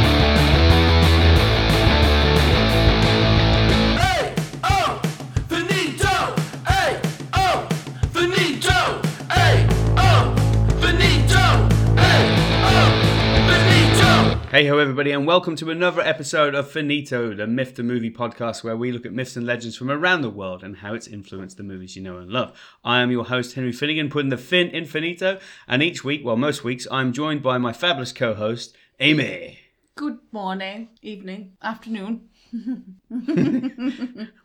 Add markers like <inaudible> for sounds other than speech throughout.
oh, oh, Hey ho, everybody, and welcome to another episode of Finito, the Myth the Movie podcast, where we look at myths and legends from around the world and how it's influenced the movies you know and love. I am your host, Henry Finnegan, putting the fin in Finito, and each week, well, most weeks, I'm joined by my fabulous co host, Amy. Good morning, evening, afternoon.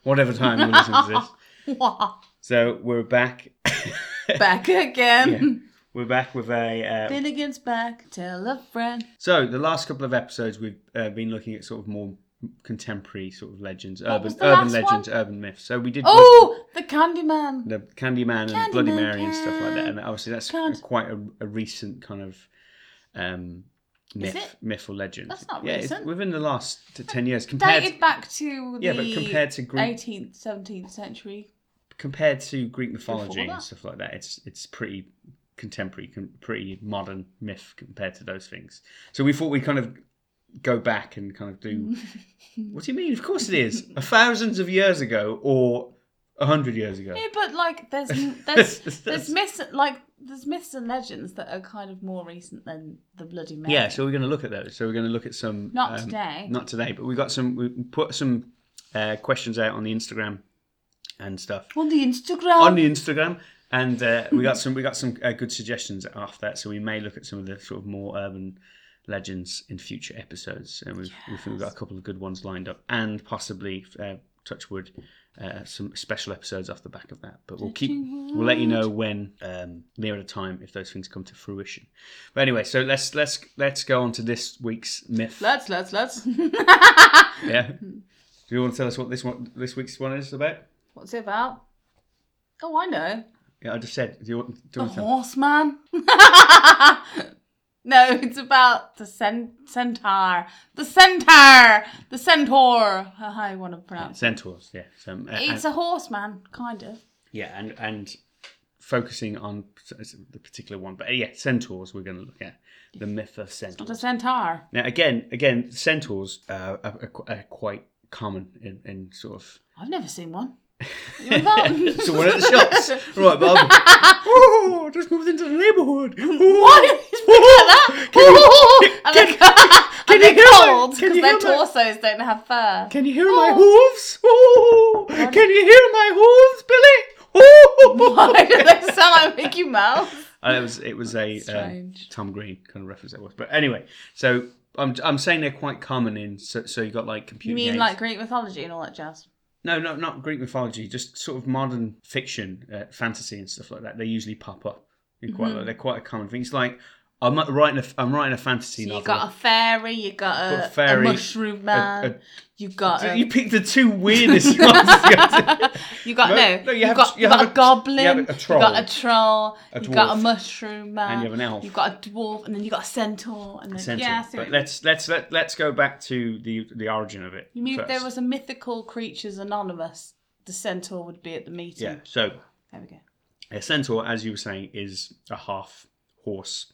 Whatever time you listen to this. <laughs> So we're back. <laughs> back <laughs> again. We're back with a uh, Finnegan's back. Tell a friend. So the last couple of episodes we've uh, been looking at sort of more contemporary sort of legends, urban was the urban last legends, urban myths. So we did Oh, the Candyman. the Candyman and Bloody Candyman Mary and stuff like that, and obviously that's Can't- quite a, a recent kind of um, myth, it? myth or legend. That's not yeah, it's recent. within the last t- ten years compared. Dated back to the yeah, but compared to Greek, 18th, 17th century. compared to Greek mythology and that? stuff like that, it's it's pretty contemporary, com- pretty modern myth compared to those things. So we thought we kind of go back and kind of <laughs> do. what do you mean? Of course it is. Thousands of years ago, or a hundred years ago. Yeah, but like there's <laughs> there's there's myths like there's myths and legends that are kind of more recent than the Bloody Mary. Yeah, so we're going to look at those. So we're going to look at some. um, Not today. Not today, but we got some. We put some uh, questions out on the Instagram and stuff. on the Instagram. on the Instagram, and uh, we got some we got some uh, good suggestions after that. So we may look at some of the sort of more urban legends in future episodes, and we've, we think we've got a couple of good ones lined up, and possibly uh, Touchwood. Uh, some special episodes off the back of that, but we'll keep we'll let you know when um, nearer the time if those things come to fruition. But anyway, so let's let's let's go on to this week's myth. let's let's let's. <laughs> yeah, do you want to tell us what this one this week's one is about? What's it about? Oh, I know. Yeah, I just said. Do you want, do you The want to tell? horseman? <laughs> no, it's about the cen- centaur. The centaur! The centaur! How you want to pronounce it. Centaurs, yeah. So, um, and- Oh. It's a horseman, kind of. yeah, and and focusing on s- the particular one, but uh, yeah, centaurs. We're going to look at the myth of The centaurs. centaur. Now, again, again, centaurs uh, are, are, qu- are quite common in, in sort of. <laughs> I've never seen one. You know that? So one <laughs> at the shops, right, Bob? oh, I just moved into the neighbourhood. What? It's like that? Oh. <laughs> <laughs> and they're, and you they're hear my- cold <laughs> can because you their hear my- torsos don't have fur. Can you hear my hooves? Oh, can you hear my hooves, Billy? Oh, <laughs> <laughs> Why <laughs> do they sound like Mickey Mouse? Uh, it was it was a um, strange. Tom Green kind of reference that was. But anyway, so I'm I'm saying they're quite common in so, so you got like computer You mean games. like Greek mythology and all that jazz? no no not Greek mythology just sort of modern fiction uh, fantasy and stuff like that. They usually pop up. In quite a Mm-hmm. lot. they're quite a common thing. It's like I'm writing a f- I'm writing a fantasy You novel. got a fairy, you got a, Got fairy, a mushroom man, a- you got a, <laughs> you picked the two weirdest ones. <laughs> you got No, no, no, you you have- got, you you have got a, a- goblin, you have a troll, you got a troll, a you got a dwarf, mushroom man, and you have an elf. you got a dwarf, and then you got a centaur, and then Centaur. yeah, so but let's let's let, let's go back to the the origin of it. you mean if there first. was a mythical creatures anonymous, the centaur would be at the meeting. yeah. So There we go. A centaur, as you were saying, is a half horse,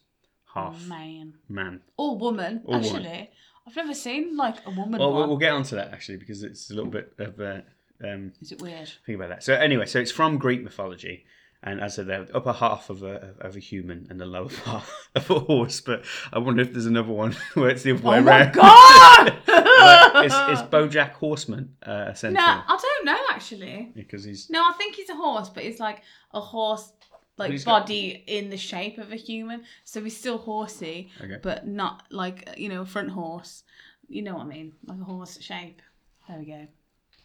half Man man. or woman, Oh. Or woman. actually. I've never seen like a woman Well, one. we'll, we'll get onto that actually because it's a little bit of a um, Is it weird? thing about that. So anyway, so it's from Greek mythology, and as I said, the upper half of a of a human and the lower <laughs> half of a horse. But I wonder if there's another one <laughs> where it's the other way oh my around. god! <laughs> But it's, <laughs> it's BoJack Horseman, uh, a no, centaur, I don't know actually. because he's No, I think he's a horse, but it's like a horse like But he's got- body in the shape of a human. So he's still horsey, Okay. but not like you know a front horse. You know what I mean? Like a horse shape. There we go.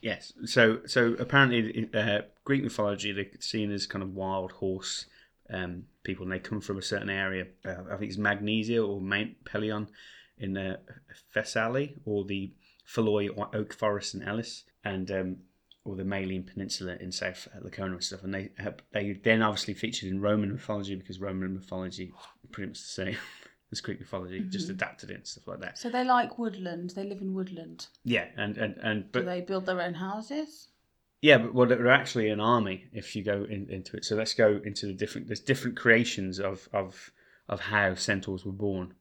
Yes. So so apparently, in, uh, Greek mythology, they're seen as kind of wild horse um, people, and they come from a certain area. Uh, I think it's Magnesia or Mount Pelion in uh, Thessaly, or the Philoi oak forest in Elis, and um, or the Malene Peninsula in South Lacona and stuff. And they have, they then obviously featured in Roman mythology because Roman mythology is pretty much the same. <laughs> as Greek mythology, just adapted it and stuff like that. So they like woodland. They live in woodland. Yeah, and and and Do but they build their own houses? Yeah, but well, they're actually an army if you go in, into it. So let's go into the different. There's different creations of of of how centaurs were born.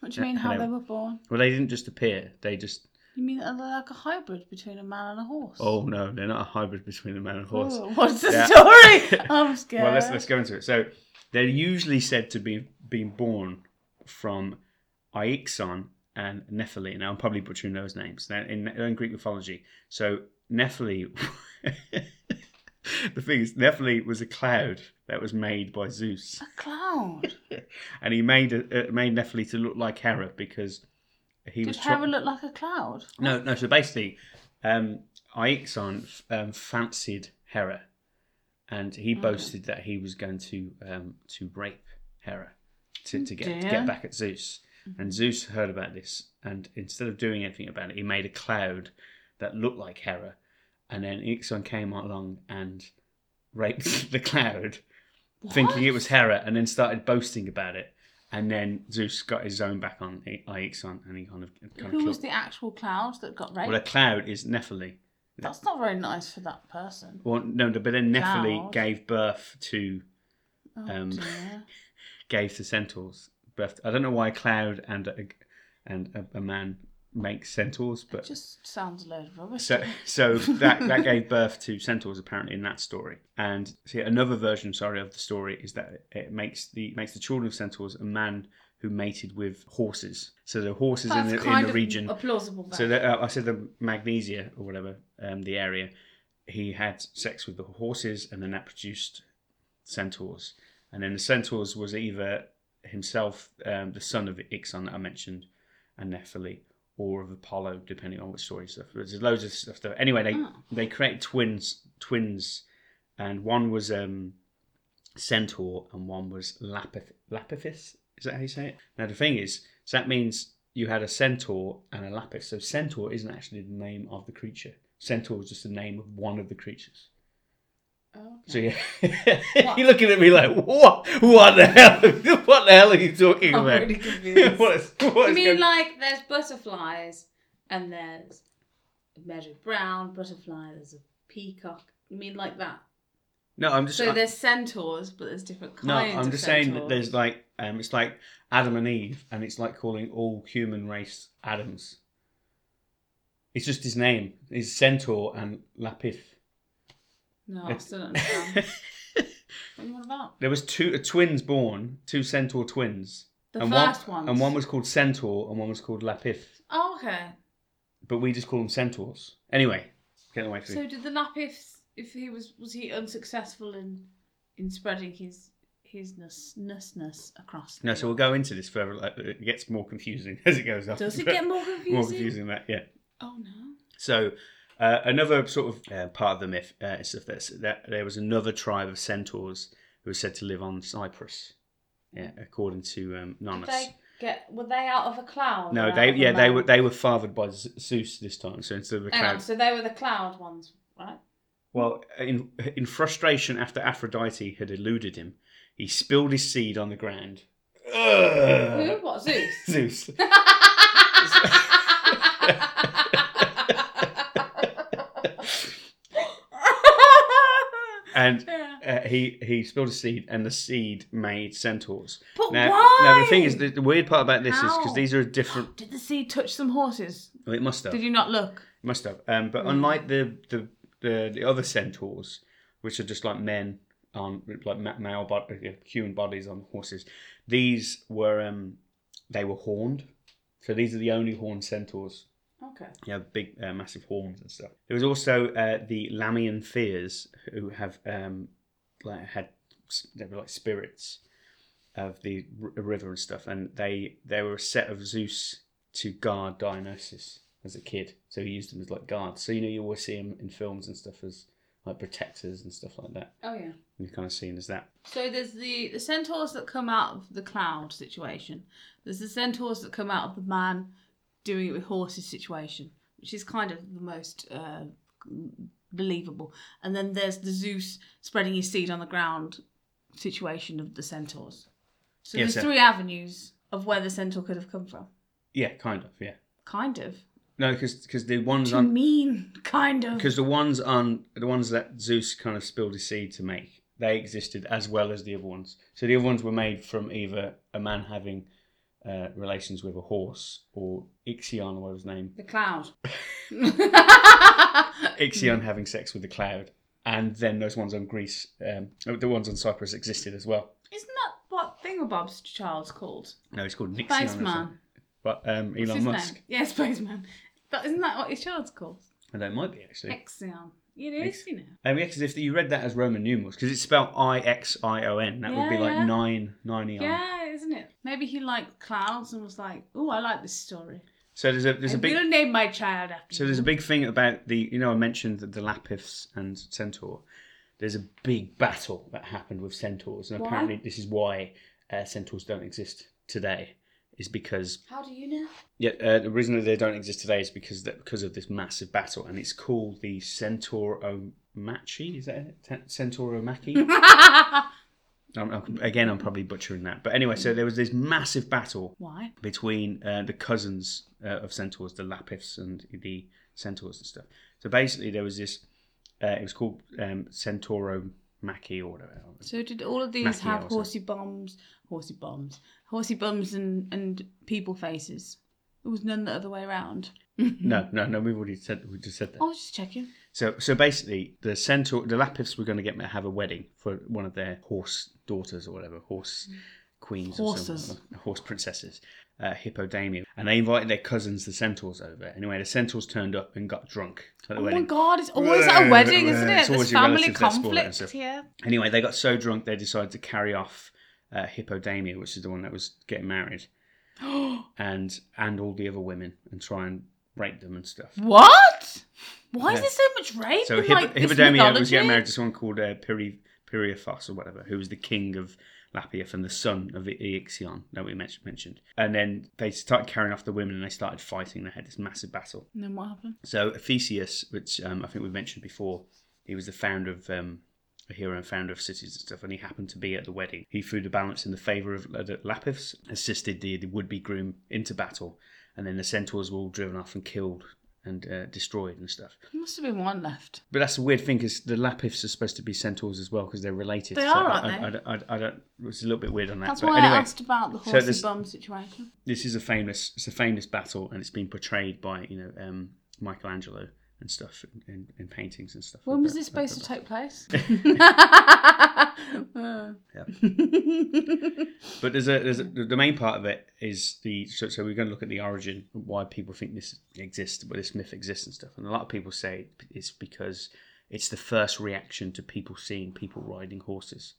What do you mean? Yeah, How hello. they were born? Well, they didn't just appear. They just. You mean are they like a hybrid between a man and a horse? Oh no, they're not a hybrid between a man and a horse. Ooh, <laughs> what's the Yeah. <laughs> story? I'm scared. Well, let's let's go into it. So they're usually said to be being born from Ixon and Nephili. Now I'm probably butchering those names. Now in, in Greek mythology, so Nephili. <laughs> the thing is, Nephili was a cloud that was made by Zeus, A cloud. and he made a, uh, made Nephili to look like Hera because he Did was Hera tro- look like a cloud? no no. So basically, um, Aexon f- um, fancied Hera, and he Mm. boasted that he was going to um, to rape Hera to, to get to Dear. get back at Zeus. And Zeus heard about this, and instead of doing anything about it, he made a cloud that looked like Hera. And then Ixon came along and raped <laughs> the cloud, thinking it was Hera, and then started boasting about it. And then Zeus got his own back on I- Ixon, and he kind of kind of Who killed. was the actual cloud that got raped? well, a cloud is Nephili. That's not very nice for that person. Well, no, but then Nephili Cloud. gave birth to Oh, Um, <laughs> dear. gave to centaurs. Birth. I don't know why cloud and a, and a, a man make centaurs, It but just sounds a load of rubbish. So, so that, that gave birth to centaurs apparently in that story. And see, another version, sorry, of the story is that it makes the makes the children of centaurs a man who mated with horses. So the horses in That's the, in kind the of region. a plausible. So bet. that, uh, I said the Magnesia or whatever um, the area. He had sex with the horses, and then that produced centaurs. And then the centaurs was either himself, um, the son of Ixon that I mentioned, and Nephili, or of Apollo, depending on which story stuff. There's loads of stuff. There. Anyway, they Oh. they created twins, twins, and one was um, centaur and one was lapith lapithis. Is that how you say it? Now the thing is, so that means you had a centaur and a lapis. So centaur isn't actually the name of the creature. Centaur is just the name of one of the creatures. Oh, okay. So yeah, <laughs> you're looking at me like what? What the hell? <laughs> What the hell are you talking I'm about? really <laughs> confused. what is, what I is mean, going- like, there's butterflies, and there's a meadow brown butterfly, there's a peacock. You mean like that? no, I'm just So I- there's centaurs, but there's different kinds. No, I'm of just saying that centaurs. there's like um, it's like Adam and Eve, and it's like calling all human race Adams. It's just his name. Is Centaur and Lapith. No, I still don't understand. <laughs> what are you on about? There was two uh, twins born, two centaur twins, The and first one one. and one was called Centaur and one was called Lapith, Oh, okay. but we just call them centaurs. Anyway, get away from So did the Lapiths? If he was, was he unsuccessful in in spreading his his ness nessness across? No, so we'll go into this further. like, It gets more confusing <laughs> as it goes on. Does it but get more confusing? <laughs> more confusing? That yeah. Oh no. So uh, another sort of uh, part of the myth uh, is that, there's- that there was another tribe of centaurs who were said to live on Cyprus, yeah, according to um, Did Nonus. they get? Were they out of a cloud? or no, out they of a yeah they mountain? were they were fathered by Z- Zeus this time, so instead of a Hang on, cloud. so they were the cloud ones, right? Well, in in frustration after Aphrodite had eluded him, he spilled his seed on the ground. Who? Ugh. <laughs> What? Zeus? <laughs> Zeus. And Yeah. uh, he he spilled a seed, and the seed made centaurs. But Now, why? now the thing is, the, the weird part about this is How? because these are different. did the sea touch some horses? Well, it must have. Did you not look? Must have. Um, but unlike the, the the the other centaurs, which are just like men on like ma- male bod- uh, human bodies on horses, these were um they were horned. So these are the only horned centaurs. Okay. You know, big, uh, massive horns and stuff. There was also uh, the Lamian Fears, who have um, like had they were like spirits of the r- river and stuff, and they they were a set of Zeus to guard Dionysus as a kid. So he used them as like guards. So you know you always see him in films and stuff as like protectors and stuff like that. Oh yeah. You're kind of seen as that. So there's the, the centaurs that come out of the cloud situation. There's the centaurs that come out of the man doing it with horses situation, which is kind of the most uh, believable. And then there's the Zeus spreading his seed on the ground situation of the centaurs. So Yes, there's sir. three avenues of where the centaur could have come from. Yeah, kind of. Yeah. Kind of. No, because because the ones To on <laughs> mean kind of. because the ones on the ones that Zeus kind of spilled his seed to make, they existed as well as the other ones. So the other ones were made from either a man having uh, relations with a horse or Ixion, or what was his name, The cloud. <laughs> Ixion Hmm. having sex with the cloud, and then those ones on Greece, um, the ones on Cyprus existed as well. Isn't that what Thinglebob's child's called? No, it's called Nixion. or something. Spaceman. But um, What's Elon his Musk. Name? Yeah, <laughs> Spaceman. But isn't that what his child's called? And Oh, that might be actually. Exion. It is, you know. Um, yeah, because if you read that as Roman numerals, because it's spelled I X I O N, that would be Yeah, like yeah. nine, nine E eon. Yeah, isn't it? Maybe he liked clouds and was like, "Oh, I like this story. So there's a there's a I'm big gonna name my child after." So there's a big thing about the you know I mentioned the, the Lapiths and Centaur. There's a big battle that happened with centaurs, and Why? apparently this is why uh, centaurs don't exist today. Is because How do you know? yeah, uh, the reason that they don't exist today is because that because of this massive battle, and it's called the Centauromachy. Is that it? Ten- Centauromachy? I'm, I'm- again, I'm probably butchering that, but anyway, so there was this massive battle <laughs> Why? between uh, the cousins uh, of centaurs, the Lapiths and the centaurs and stuff. So basically, there was this. Uh, it was called um, Centauromachy or whatever. So did all of these Mackie have also. horsey bombs, horsey bombs, horsey bums, and and people faces? There was none the other way around. No, no, no. We've already said we just said that. I was just checking. So, so basically, the centaur, the Lapiths were going to get have a wedding for one of their horse daughters or whatever, horse queens, or something, Horses. horse princesses, uh, Hippodamia, and they invited their cousins, the centaurs, over. Anyway, the centaurs turned up and got drunk at the Oh wedding. my god, it's always at a wedding, isn't It's it? always There's your family relatives that spoil it and conflict stuff. here. Anyway, they got so drunk they decided to carry off uh, Hippodamia, which is the one that was getting <gasps> married, and and all the other women, and try and rape them and stuff. what? Why Yeah. is there so much rape? So in, Hip- like, this Hippodamia was mythology? getting married to someone called uh, Piri- Pirithous or whatever, who was the king of Lapith and the son of I- Ixion that we men- mentioned. And then they started carrying off the women, and they started fighting. They had this massive battle. And then what happened? So Theseus, which um, I think we've mentioned before, he was the founder of um, a hero and founder of cities and stuff, and he happened to be at the wedding. He threw the balance in the favour of L- the Lapiths, assisted the, the would-be groom into battle, and then the centaurs were all driven off and killed and uh, destroyed and stuff. There must have been one left. But that's the weird thing is the Lapiths are supposed to be centaurs as well because they're related. They so are, I- I, aren't I, I- I don't. It's a little bit weird on that. That's but why anyway, I asked about the so horsey this- bum situation. this is a famous it's a famous battle and it's been portrayed by you know um, Michelangelo and stuff in, in paintings and stuff. When was this About- about supposed to that. take <laughs> place? But there's a, there's a the main part of it is the so, so we're going to look at the origin why people think this exists, but this myth exists and stuff. And a lot of people say it's because it's the first reaction to people seeing people riding horses.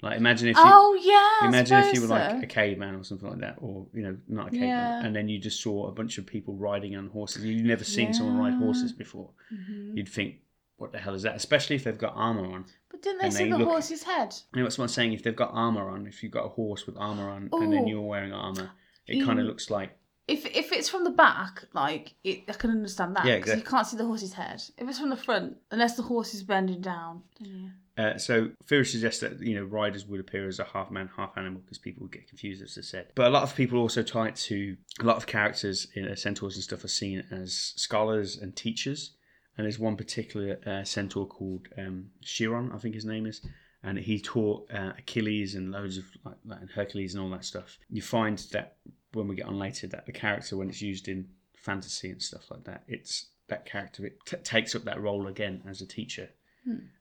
Like imagine if you, oh yeah. I imagine if you were suppose like so. a caveman or something like that, or you know, not a caveman, Yeah. and then you just saw a bunch of people riding on horses. You've never seen someone ride Yeah. horses before. Mhm. You'd think, what the hell is that? Especially if they've got armor on. But didn't they and see they the look- horse's head? You know, that's what I'm saying. If they've got armor on, if you've got a horse with armor on, and then Ooh. you're wearing armor, it kind of Mm. looks like If if it's from the back, like it, I can understand that Yeah, 'cause you exactly. can't see the horse's head. If it's from the front, unless the horse is bending down, then yeah. Uh, so theory suggests that you know riders would appear as a half man, half animal because people would get confused, as I said. But a lot of people also tie it to a lot of characters in uh, centaurs and stuff are seen as scholars and teachers. And there's one particular uh, centaur called um, Chiron, I think his name is, and he taught uh, Achilles and loads of like, like and Hercules and all that stuff. You find that when we get on later that the character when it's used in fantasy and stuff like that, it's that character it t- takes up that role again as a teacher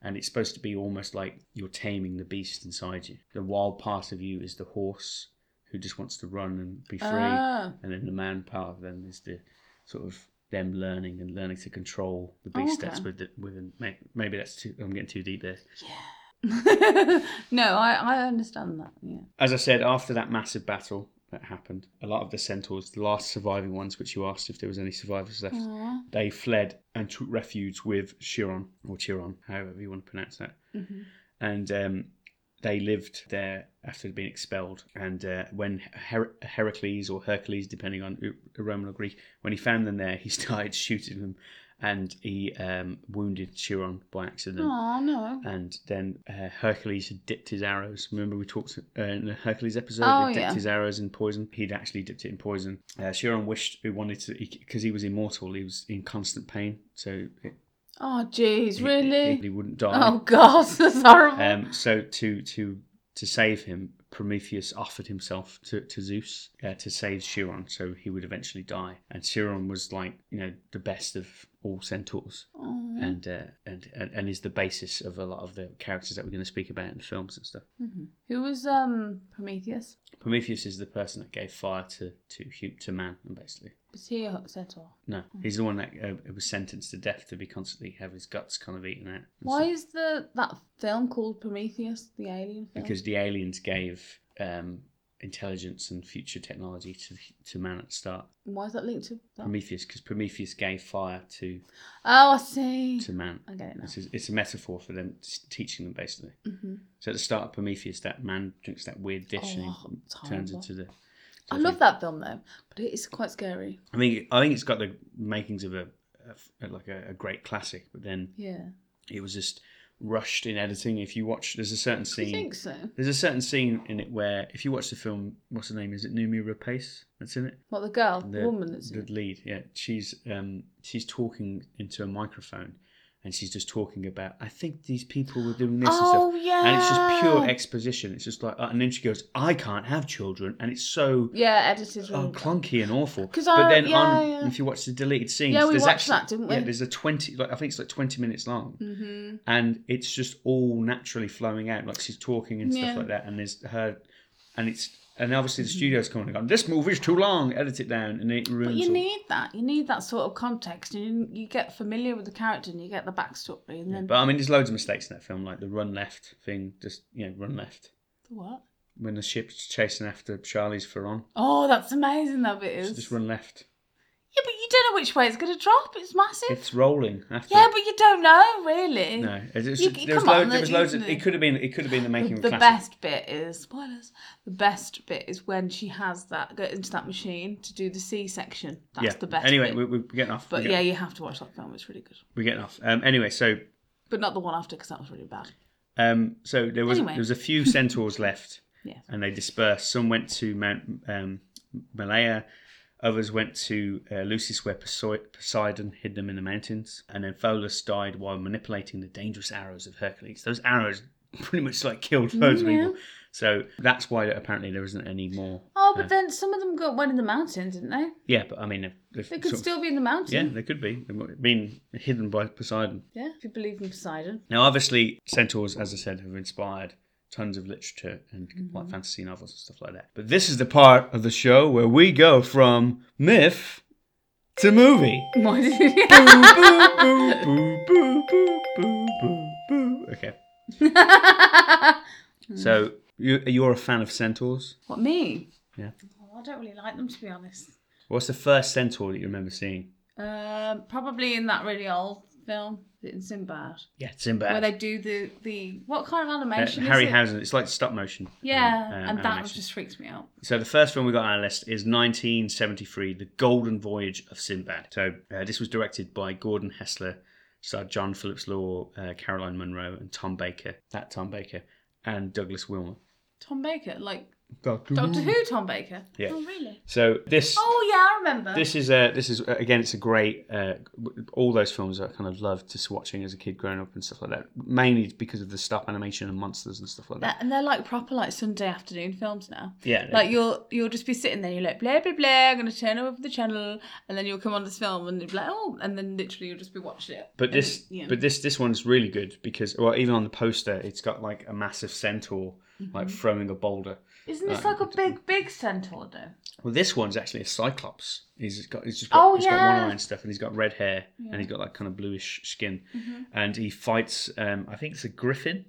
and it's supposed to be almost like you're taming the beast inside you. The wild part of you is the horse who just wants to run and be free, Ah. and then the man part of them is the sort of them learning and learning to control the beast okay. that's with the, within. may- Maybe that's too. I'm getting too deep there. <laughs> no, I I understand that. Yeah. As I said, after that massive battle that happened, a lot of the centaurs, the last surviving ones, which you asked if there was any survivors left, Aw. they fled and took refuge with Chiron or Chiron, however you want to pronounce that. Mhm. and um, they lived there after they'd been expelled. And uh, when Her- Heracles or Hercules, depending on who- Roman or Greek, when he found them there, he <laughs> started shooting them, and he um, wounded Chiron by accident. Aw, no. And then uh, Hercules had dipped his arrows. Remember we talked uh, in the Hercules episode. Oh, he dipped yeah. his arrows in poison. He'd actually dipped it in poison. Uh, Chiron wished he wanted to because he, was immortal. He was in constant pain, so it, Oh, jeez, he- really? he, he wouldn't die. Oh God, <laughs> that's horrible. Um, so to to to save him, Prometheus offered himself to, to Zeus uh, to save Chiron, so he would eventually die. And Chiron was like you know the best of all centaurs, Oh. and, uh, and and and is the basis of a lot of the characters that we're going to speak about in the films and stuff. hmm Who was um Prometheus? Prometheus is the person that gave fire to to hu- to man, and basically Was he a centaur? no, he's the one that uh, was sentenced to death to be constantly have his guts kind of eaten out. and Why stuff. is the that film called Prometheus, the alien film? Because the aliens gave um, intelligence and future technology to to man at the start. why is that linked to that? Prometheus, because Prometheus gave fire to <laughs> oh, I see. to man. I get it now. It's a, it's a metaphor for them s- teaching them basically. hmm So at the start of Prometheus, that man drinks that weird dish and Oh, he it's turns horrible. into the. I love that film though, but it is quite scary. I mean, I think it's got the makings of a, a like a, a great classic, but then Yeah. it was just rushed in editing. If you watch, there's a certain Do you scene. think so? There's a certain scene in it where, if you watch the film, what's her name? Is it Numi Rapace? That's in it. What the girl, the, woman that's the in it? lead. Yeah, she's um she's talking into a microphone, and she's just talking about. I think these people were doing this and stuff. Oh yeah. and it's just pure exposition. It's just like, uh, and then she goes, "I can't have children," and it's so Yeah, edited. oh, really bad. clunky and awful. Mm. 'Cause but I- then yeah, on, yeah. if you watch the deleted scenes, Yeah, we there's watched actually, that, didn't we? Yeah, there's a twenty, like I think it's like twenty minutes long, Mhm. and it's just all naturally flowing out, like she's talking and Yeah. Mm-hmm. stuff like that, and there's her, and it's. And obviously the studio's coming and gone, this movie's too long, edit it down, and it ruins But you all- need that. You need that sort of context, and you, you get familiar with the character, and you get the backstory, and Yeah, then But I mean, there's loads of mistakes in that film, like the run left thing, just, you know, run left. what? When the ship's chasing after Charlie's Ferron, Oh, that's amazing. That bit so is. just run left. Yeah, but you don't know which way it's going to drop. It's massive. It's rolling after. yeah, but you don't know really. no, it was, You- there, was come on, loads, there was loads. Of, isn't it it? could have been. It could have been the making of the a classic. best bit is spoilers. The best bit is when she has that go into that machine to do the C section. That's yeah. the best. Anyway, bit. we, we're getting off. but we're yeah, getting, you have to watch that film. It's really good, we're getting off. Um, anyway, so but not the one after because that was really bad. um, so there was Anyway. there was a few <laughs> centaurs left, Yeah. and they dispersed. Some went to Mount um, Malaya. Others went to uh, Lucis, where Posei- Poseidon hid them in the mountains, and then Pholus died while manipulating the dangerous arrows of Hercules. Those arrows pretty much like killed loads Yeah. of people. So that's why apparently there isn't any more. Oh, but uh, then some of them got went in the mountains, didn't they? Yeah, but I mean, they've, they've They could sort of- still be in the yeah, mountain. they could be. They've been hidden by Poseidon. Yeah. If you believe in Poseidon. Now, obviously, centaurs, as I said, have inspired tons of literature and like fantasy novels and stuff like that. But this is the part of the show where we go from myth to movie. Why did you- Boo, boo, boo, <laughs> boo, boo, boo, boo, boo. <laughs> Okay, so you, you're a fan of centaurs. what me? Yeah. Oh, I don't really like them to be honest. What's the first centaur that you remember seeing? Um, probably in that really old film in Sinbad, Yeah, Sinbad. where they do the the what kind of Uh, animation? is it? Harryhausen. It's like stop motion. um, Yeah, uh, and that animation. was just freaked me out. So the first film we got on our list is 1973, The Golden Voyage of Sinbad. So uh, this was directed by Gordon Hessler, starred John Phillips Law, uh, Caroline Munro, and Tom Baker. That Tom Baker and Douglas Wilmer. Tom Baker, like Doctor, Doctor Who, Tom Baker. Yeah. Oh really? So this Oh yeah, I remember. this is a this is uh, again it's a great uh, w- all those films I kind of loved just watching as a kid growing up and stuff like that. Mainly because of the stop animation and monsters and stuff like that. That- and they're like proper like Sunday afternoon films now. yeah, Like you'll you'll just be sitting there, and you're like blah blah blah. I'm gonna turn over the channel, and then you'll come on this film, and you'll be like oh, and then literally you'll just be watching it. But And this, yeah. but this, this one's really good because, well, even on the poster, it's got like a massive centaur Mm-hmm. like throwing a boulder. isn't this like a big big centaur though? <laughs> Well, this one's actually a cyclops. He's got, he's just got, Oh, he's got one yeah. eye and stuff, and he's got red hair, and he's got like kind of bluish skin, Mm-hmm. and he fights. Um, I think it's a griffin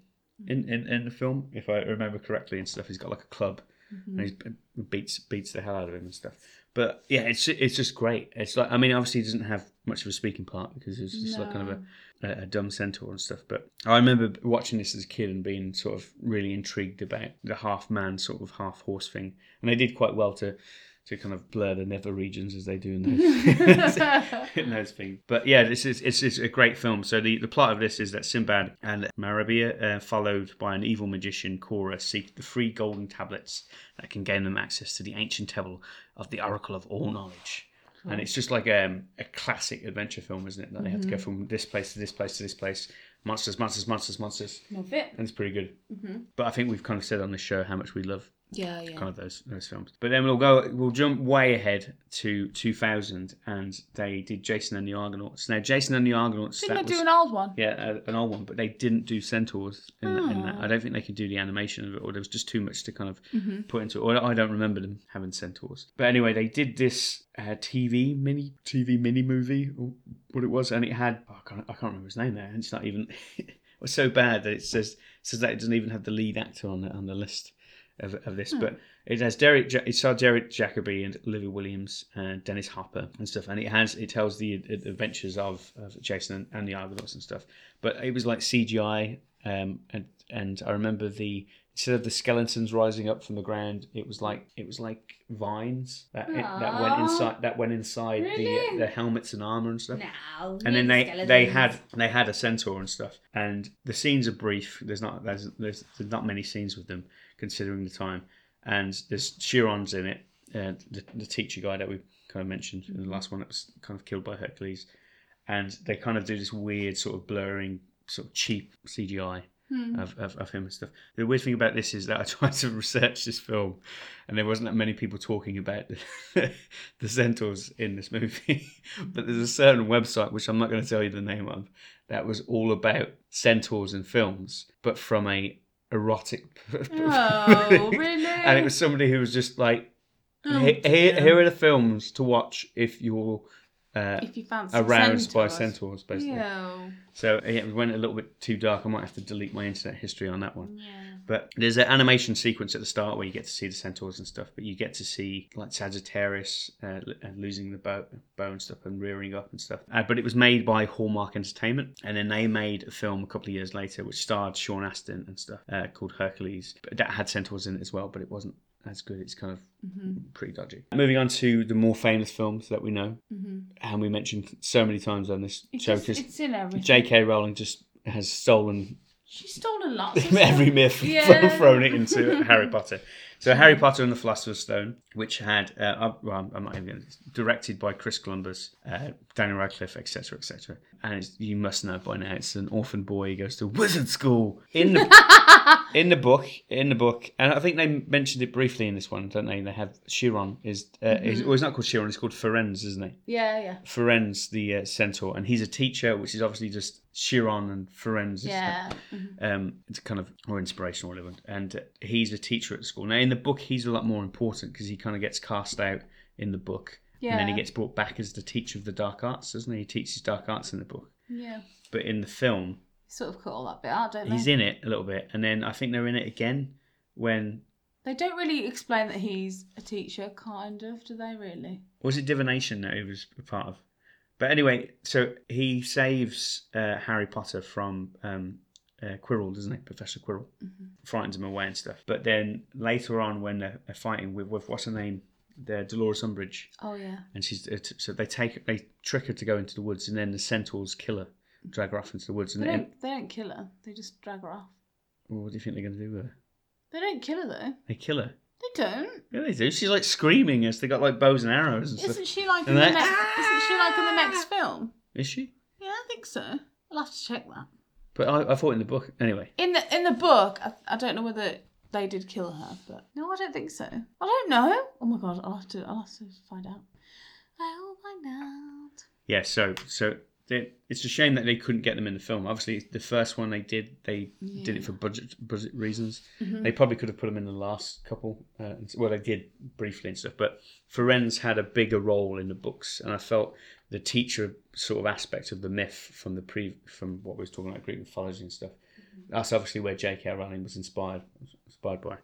in, in in the film, if I remember correctly, and stuff. He's got like a club, and he beats beats the hell out of him and stuff. But yeah, it's it's just great. It's like I mean, obviously, he doesn't have much of a speaking part because it's just like kind of a a, a dumb centaur and stuff. But I remember watching this as a kid and being sort of really intrigued about the half man, sort of half horse thing. And they did quite well to to kind of blur the nether regions as they do in those, in those things. But yeah, this is it's, it's a great film. So the, the plot of this is that Sinbad and Marabia, uh, followed by an evil magician Cora, seek the three golden tablets that can gain them access to the ancient table of the Oracle of All Knowledge. And it's just like um, a classic adventure film, isn't it? That they have to go from this place to this place to this place. Monsters, monsters, monsters, monsters. Love it. And it's pretty good. But I think we've kind of said on this show how much we love Yeah, yeah. kind of those those films. But then we'll go we'll jump way ahead to 2000 and they did Jason and the Argonauts. Now Jason and the Argonauts Didn't they that do was- an old one? yeah, a- an old one, but they didn't do centaurs in, that- in that. Oh. I don't think they could do the animation of it, or there was just too much to kind of Mm-hmm. put into it. Or I don't remember them having centaurs. But anyway, they did this uh, TV mini TV mini movie, or what it was, and it had oh, I, can't, I can't remember his name there. And it's not even <laughs> it was so bad that it says says that it doesn't even have the lead actor on the, on the list of, of this. Hmm. But it has Derek. Ja- it saw Derek Jacobi and Olivia Williams and Dennis Hopper and stuff. And it has it tells the ad- adventures of, of Jason and, and the Argonauts and stuff. But it was like CGI. Um, and and I remember the instead of the skeletons rising up from the ground, it was like it was like vines that it, that went Aw. inside that went inside the Really? the helmets and armor and stuff. Now. And then they, they had they had a centaur and stuff, and the scenes are brief. There's not there's there's, there's not many scenes with them considering the time. And there's Chiron's in it, uh, the, the teacher guy that we kind of mentioned in the last one that was kind of killed by Hercules, and they kind of do this weird sort of blurring, sort of cheap CGI Mm. of, of, of him and stuff. The weird thing about this is that I <laughs> tried to research this film, and there wasn't that many people talking about the, <laughs> the centaurs in this movie. <laughs> but there's a certain website which I'm not going to tell you the name of that was all about centaurs in films, but from a erotic. <laughs> Oh, really? and it was somebody who was just like, Oh, "He- here, dear. here are the films to watch if you're. Uh, If you fancy aroused by centaurs. centaurs basically Ew. so yeah, it went a little bit too dark i might have to delete my internet history on that one Yeah. but there's an animation sequence at the start where you get to see the centaurs and stuff, but you get to see like Sagittarius uh, l- and losing the bow, bow and stuff and rearing up and stuff. Uh, but it was made by Hallmark Entertainment, and then they made a film a couple of years later which starred Sean Astin and stuff uh, called Hercules. But that had centaurs in it as well, but it wasn't as good. It's kind of Mm-hmm. pretty dodgy. Moving on to the more famous films that we know, Mm-hmm. and we mentioned so many times on this It's, show just- because it's in <laughs> everything. J.K. Rowling just has stolen She's stolen lots <laughs> of every stuff. myth Yeah. thrown it into Harry Potter. So Harry Potter and the Philosopher's Stone, which had uh, uh, well, I'm not even gonna, directed by Chris Columbus, uh, Daniel Radcliffe, etc., etc. And it's, you must know by now, it's an orphan boy who goes to wizard school in the in the book, in the book, and I think they mentioned it briefly in this one, don't they? They have Chiron is, uh, is well, he's not called Chiron, he's called Ferenz, isn't he? <laughs> <laughs> yeah, yeah. Ferenz the uh, centaur, and he's a teacher, which is obviously just Chiron and Ferenz. is the- Yeah. Mhm. um, it's kind of or inspirational relevant. And uh, he's a teacher at school now. In the book, he's a lot more important because he kind of gets cast out in the book, and then he Yeah. gets brought back as the teacher of the dark arts, doesn't he? He teaches dark arts in the book, Yeah. but in the film, Sort of cut all that bit out, don't he's they? in it a little bit, and then I think they're in it again when They don't really explain that he's a teacher, kind of, do they really? was it divination that he was a part of. But anyway, so he saves uh, Harry Potter from um, uh, Quirrell, doesn't he, Professor Quirrell? Mhm. frightens him away and stuff. But then later on, when they're, they're fighting with, with what's her name, they're Dolores Umbridge, Oh, yeah. and she's uh, t- so they take they trick her to go into the woods, and then the centaurs kill her, drag her off into the woods, They and, then don't, they don't kill her, they just drag her off. well, what do you think they're going to do with her? They don't kill her, though. They kill her. They don't. Yeah, they do. She's like screaming as they got like bows and arrows and stuff. Isn't she like in And the they- next? Isn't she like in the next film? Is she? Yeah, I think so. I'll have to check that. But I, I thought in the book anyway. In the in the book, I, I don't know whether they did kill her, but no, I don't think so. I don't know. Oh my god, I'll have to I'll have to find out. I'll find out. Yeah. So so. they- It's a shame that they couldn't get them in the film. Obviously, the first one they did, they did it Yeah. for budget budget reasons. Mhm. They probably could have put him in the last couple. Uh, and s- well, they did briefly and stuff, but Ferenz had a bigger role in the books, and I felt the teacher sort of aspect of the myth from the pre from what we was talking about Greek mythology and stuff. That's obviously where J.K. Rowling was inspired inspired by.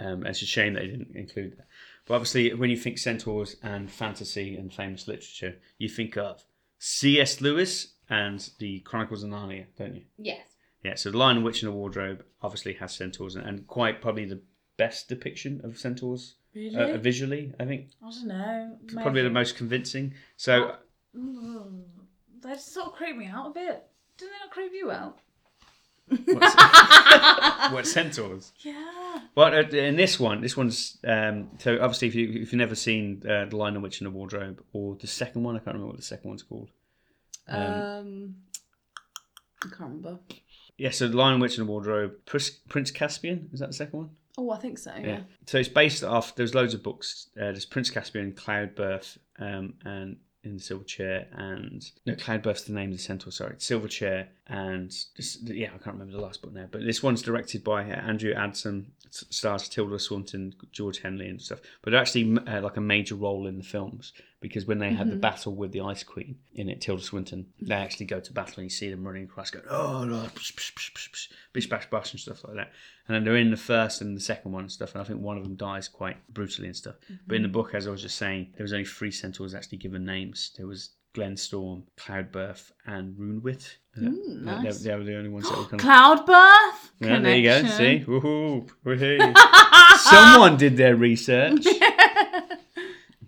Um, and it's a shame that they didn't include that. But obviously, when you think centaurs and fantasy and famous literature, you think of C.S. Lewis and the Chronicles of Narnia, don't you? Yes. Yeah, so The Lion, Witch, and the Wardrobe obviously has centaurs, and, and quite probably the best depiction of centaurs Really? uh, visually, I think. I don't know. Probably the most convincing. So, Mm. They sort of creep me out a bit. Do they not creep you out? Oh. what's, <laughs> what centaurs? Yeah. Well, uh, in this one, this one's um, so obviously if, you, if you've never seen uh, The Lion, the Witch, and the Wardrobe, or the second one, I can't remember what the second one's called. Um, Um, I can't remember. yeah, so The Lion, Witch, and the Wardrobe, Prince, Prince Caspian is that the second one? Oh, I think so. Yeah. Yeah. So it's based off. There's loads of books. Uh, there's Prince Caspian, Cloud Birth, um, and in the Silver Chair, and no, Cloud Birth's the name of the centaur. Sorry, Silver Chair, and this, yeah, I can't remember the last book now. But this one's directed by uh, Andrew Adson, s- stars Tilda Swinton, George Henley, and stuff. But actually, m- uh, like a major role in the films because when they had Mm-hmm. the battle with the Ice Queen in it, Tilda Swinton, they actually go to battle and you see them running across, going, oh, no, psh, psh, psh, psh, psh, bish, bash, bash, and stuff like that. And then they're in the first and the second one and stuff, and I think one of them dies quite brutally and stuff. But in Mm-hmm. the book, as I was just saying, there was only three centaurs actually given names. There was Glen Storm, Cloudbirth, and Runewit. Mm, They- they- nice. They, were the only ones that <gasps> Um, were kind of. Cloud birth. Yeah, there you go. connection. See, woohoo, woohoo. <laughs> Someone did their research.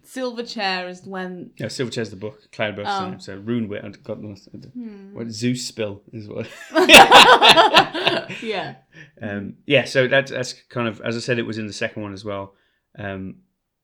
Silver chair is when Yeah, Silverchair's the book. Cloudburst, Oh. Hmm. oh. so Runewit. I've got nothing. What Zeus spill is what. <laughs> yeah. <laughs> um, yeah, so that's that's kind of as I said, it was in the second one as well, um,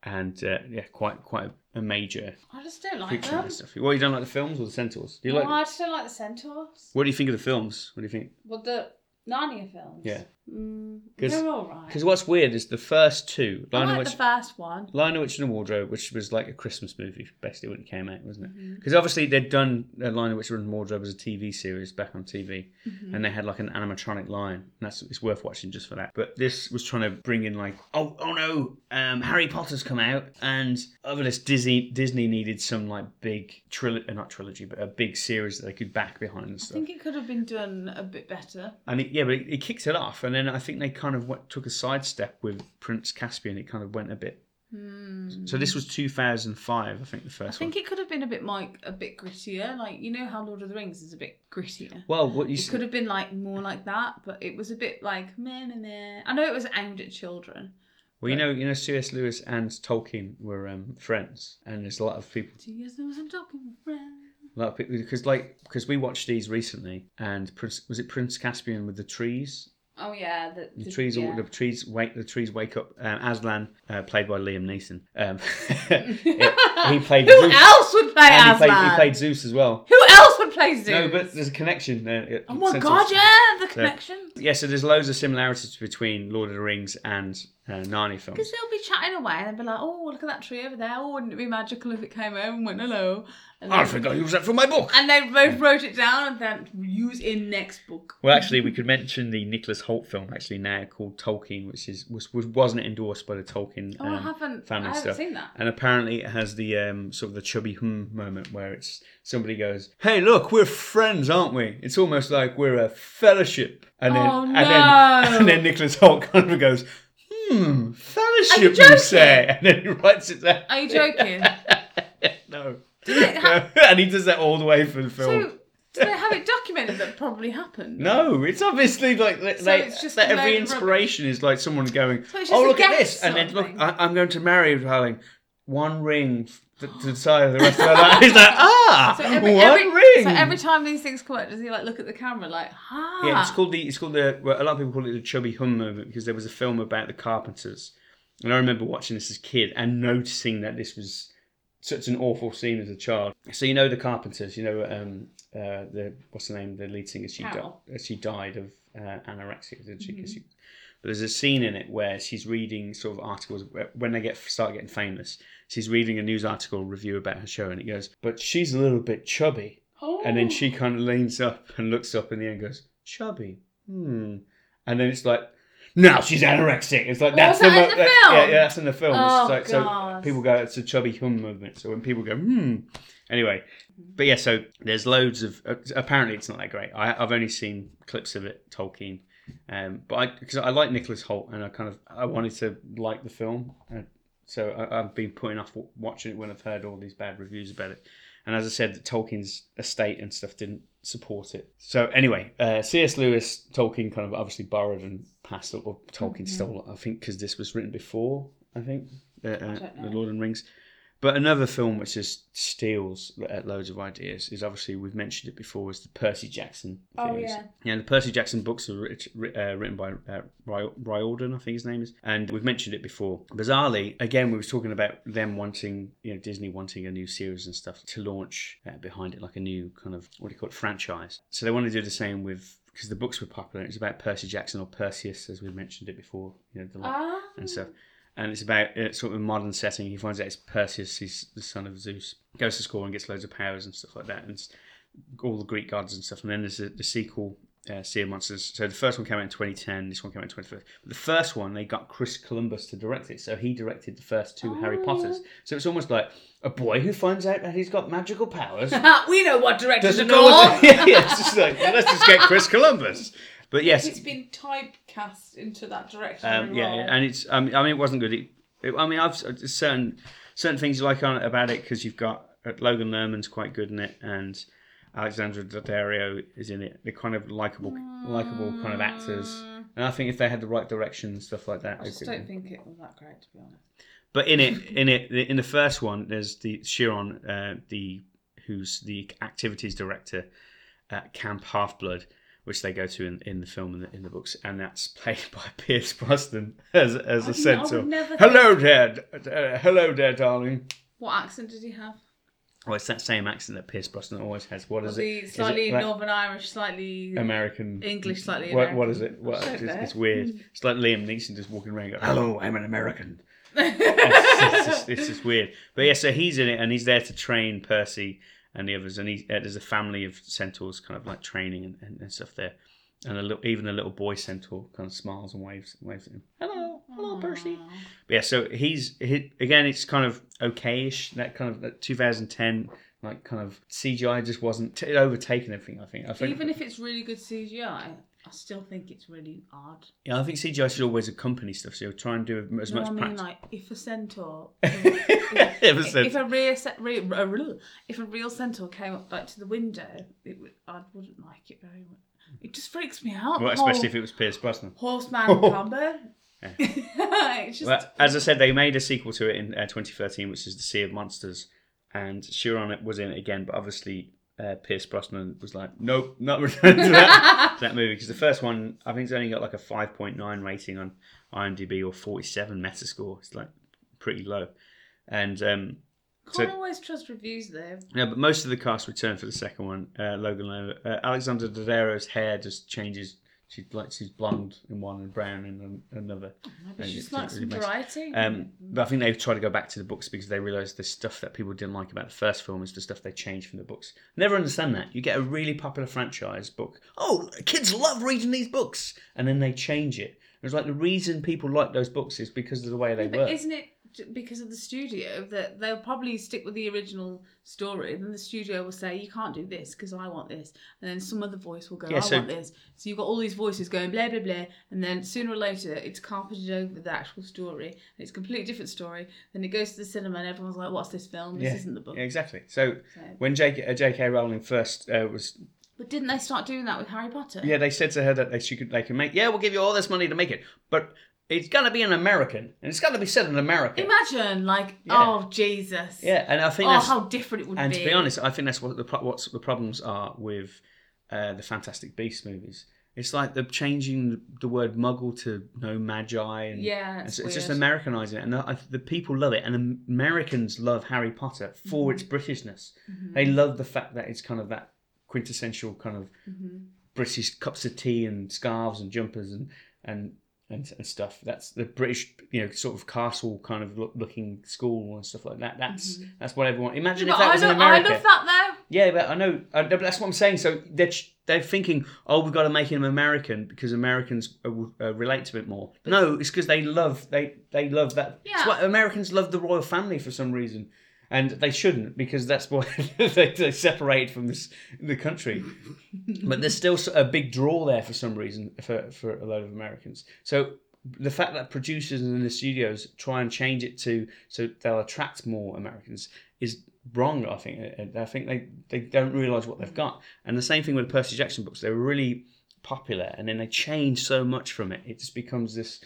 and uh, yeah, quite quite a major I just don't like creature them. and stuff. Well, you don't like the films or the centaurs? Do you No, like? I just don't like the centaurs. What do you think of the films? What do you think? Well, the Narnia films. Yeah. Mm, 'Cause- they're all right. Because what's weird is the first two. I Lion like Witch, the first one. Lion, the Witch in the Wardrobe, which was like a Christmas movie, basically when it came out, wasn't it? Mm-hmm. Because obviously they'd done uh, Lion, the Witch in the Wardrobe as a TV series back on TV, Mm-hmm. and they had like an animatronic lion. And that's it's worth watching just for that. But this was trying to bring in like, oh, oh no, um, Harry Potter's come out, and over this Disney Disney needed some like big trilogy, not trilogy, but a big series that they could back behind and I stuff. think it could have been done a bit better. And it, yeah, but it, it kicked it off, and then I think they kind of went, took a sidestep with Prince Caspian. It kind of went a bit Hmm. so this was 2005, I think the I first think one. it could have been a bit like a bit grittier. Like you know how Lord of the Rings is a bit grittier. well, what you It said, could have been like more like that, but it was a bit like meh meh meh. I know it was aimed at children. well, you know, you know, C.S. Lewis and Tolkien were um, friends, and there's a lot of people, Do you guys know what I'm talking about? friend? a lot of people, because like, because we watched these recently, and Prince, was it Prince Caspian with the trees? Oh yeah, the, The trees, all yeah. the trees wake, the trees wake up. Um, Aslan, uh, played by Liam Neeson, <laughs> um, <laughs> he played. Who Zeus, else would play and he Aslan? played, he played Zeus as well. Who else would play Zeus? No, but there's a connection there. oh my Sense of- god, yeah, the connection. Yeah, so there's loads of similarities between Lord of the Rings and uh, Narnia films. Because they'll be chatting away and they'll be like, "Oh, look at that tree over there. Oh, wouldn't it be magical if it came over and went hello?" And I then- forgot you was that from my book. and they both wrote it down and then use in next book. Well, actually, we could mention the Nicholas Holt film actually now called Tolkien, which is was, was wasn't endorsed by the Tolkien um, Oh, I haven't. I family haven't stuff. seen that. And apparently, it has the um, sort of the chubby hmm moment where it's somebody goes, "Hey, look, we're friends, aren't we?" It's almost like we're a fellowship, and then Oh, and no. then <laughs> and then Nicholas Holt kind of goes, "Hmm, fellowship, you joking? say?" <laughs> And then he writes it down. Are you joking? no. it ha- <laughs> and he does that all the way for the film. so, do they have it documented that probably happened? No, it's obviously like that. So that- it's just that a every load of inspiration is like someone going, So it's just "Oh, a look at guess this," and then sort look, of thing. I, I'm going to marry darling. One ring f- to to decide the rest <laughs> of her life. It's like ah, So every, one every, ring. So every time these things come out, does he like look at the camera like, ha? yeah, it's called the it's called the well, a lot of people call it the chubby hum moment because there was a film about the carpenters, and I remember watching this as a kid and noticing that this was such an awful scene as a child. So you know the carpenters, you know um uh the what's the name the lead singer she died Carol. she died of uh, anorexia didn't she? 'Cause she- But there's a scene in it where she's reading sort of articles where- when they get start getting famous. She's reading a news article review about her show, and it goes, "But she's a little bit chubby." Oh. And then she kind of leans up and looks up in the air and goes, chubby. Hmm. And then it's like, no, she's anorexic. It's like, Oh, that's is that the, in mo- the that- film? Yeah, yeah, that's in the film. Oh, it's like, So God. people go, it's a chubby hum movement. So when people go, hmm. Anyway, but yeah, so there's loads of, uh, apparently it's not that great. I, I've only seen clips of it, Tolkien. Um, but I, because I like Nicholas Holt and I kind of, I wanted to like the film. And so I, I've been putting off w- watching it when I've heard all these bad reviews about it. And as I said, that Tolkien's estate and stuff didn't support it. So anyway, uh, C.S. Lewis, Tolkien kind of obviously borrowed and passed it, or Mm-hmm. Tolkien stole it, I think, because this was written before, I think, uh, uh, don't The know. Lord and Rings. But another film which just steals uh, loads of ideas is obviously, we've mentioned it before, is the Percy Jackson Oh, theories. yeah. Yeah, the Percy Jackson books are writ- writ- uh, written by uh, Ry- Riordan, I think his name is, and we've mentioned it before. Bizarrely, again, we were talking about them wanting, you know, Disney wanting a new series and stuff to launch uh, behind it, like a new kind of what do you call it, franchise. So they want to do the same with because the books were popular. It's about Percy Jackson or Perseus, as we mentioned it before. You know, the, Ah. and stuff. And it's about it's sort of a modern setting. He finds out it's Perseus, he's the son of Zeus. Goes to school and gets loads of powers and stuff like that, and it's all the Greek gods and stuff. And then there's the, the sequel, uh, Sea of Monsters. So the first one came out in 2010. This one came out in 2015. But the first one they got Chris Columbus to direct it, so he directed the first two Harry Oh. Potters. So it's almost like a boy who finds out that he's got magical <laughs> powers Ah, we know what direction to doesn't know. go. what- yeah, yeah, it's just like let's just get Chris Columbus. But <laughs> yes, He's been typecast into that direction. um, yeah, role. yeah, and it's. Um, I mean, it wasn't good. It, it- I mean, I've there's certain certain things you like on it about it because you've got uh, Logan Lerman's quite good in it, and Alexandra Daddario is in it. They're kind of likable, likable kind of actors. Mm, And I think if they had the right direction and stuff like that, I they just could- don't think it was that great, to be honest. but in <laughs> it, in it, in the first one, there's the Chiron, uh, the who's the activities director at Camp Half Blood, which they go to in, in the film and the, in the books, and that's played <laughs> by Pierce Brosnan as as a I would centaur. Oh, never Hello there, d- uh, hello there, darling. What accent did he have? Oh, it's that same accent that Pierce Brosnan always has. What is the it? Is slightly it like Um, Northern Irish, slightly <laughs> American. English, slightly What, what American. is it? What, don't it's, know. it's <laughs> weird. It's like Liam Neeson just walking around going, Hello, I'm an American. it's, it's, just, That's it's just weird. But yeah, so he's in it and he's there to train Percy and the others. And he, uh, there's a family of centaurs kind of like training and, and, and stuff there. And a little, even a little boy centaur kind of smiles and waves, waves at him. Hello, hello, Percy. But yeah, so he's he, again. It's kind of okayish. That kind of that 2010 like kind of CGI just wasn't it overtaken everything. I think. I think Even if it's really good CGI, I still think it's really odd. yeah, I think CGI should always accompany stuff. So try and do as no, much I mean practice. like if a centaur, <laughs> Ever since. if a real, ce- re- re- re- if a real centaur came up like to the window, it would, I wouldn't like it very much. It just freaks me out. Well, especially if whole it was Pierce Brosnan. <laughs> horseman combo. <laughs> it's just Well, as I said, they made a sequel to it in uh, 2013, which is The Sea of Monsters, and Chiron was in it again, but obviously uh, Pierce Brosnan was like, nope, not returning to <laughs> that, to that movie because the first one I think it's only got like a 5.9 rating on IMDb or 47 Metascore. It's like pretty low, and um, can't so- always trust reviews though. yeah, but most of the cast returned for the second one. Uh, Logan, Lerman- uh, Alexander Daddaro's hair just changes. She like she's blonde in one and brown in an- another. Maybe Yeah, she it's just not likes really some much. variety. Um, but I think they've tried to go back to the books because they realised the stuff that people didn't like about the first film is the stuff they changed from the books. Never understand that. You get a really popular franchise book. Oh, kids love reading these books, and then they change it. It's like the reason people like those books is because of the way they but work. isn't it j- because of the studio that they'll probably stick with the original story? Then the studio will say, "You can't do this because I want this," and then some other voice will go, Yeah, "I so- want this." So you've got all these voices going blah blah blah, and then sooner or later it's carpeted over the actual story, and it's a completely different story. Then it goes to the cinema, and everyone's like, "What's this film? This Yeah. isn't the book." Yeah, exactly. So So- when J.K. Uh, J.K. Rowling first uh, was But didn't they start doing that with Harry Potter? Yeah, they said to her that they she could they can make. Yeah, we'll give you all this money to make it, but it's gonna be an American, and it's gonna be set in America. Imagine, like, Yeah. oh Jesus, yeah, and I think oh that's how different it would and be. to be honest, I think that's what the pro- what's the problems are with uh, the Fantastic Beasts movies. It's like they're changing the word Muggle to no Magi, and yeah, and it's, so it's just weird. Americanizing it, and the, I- the people love it, and Americans love Harry Potter for its Mm-hmm. Britishness. They love the fact that it's kind of that quintessential kind of Mm-hmm. British cups of tea and scarves and jumpers and and and, and stuff. That's the British, you know, sort of castle kind of look, looking school and stuff like that. That's that's what everyone. Imagine Mm-hmm. But if that I, was in love, I America. love that though. Yeah, but I know. I, but that's what I'm saying. So they're ch- they're thinking, oh, we've got to make him American because Americans uh, will, uh, relate to it more. No, it's because they love they they love that. It's Yeah. why Americans love the royal family for some reason, and they shouldn't because that's why <laughs> they, they separate from this the country. but there's still s- a big draw there for some reason for for a load of Americans. So. The fact that producers and the studios try and change it to so they'll attract more Americans is wrong. I think. And I think they they don't realize what they've got. And the same thing with Percy Jackson books. They were really popular, and then they change so much from it. It just becomes this.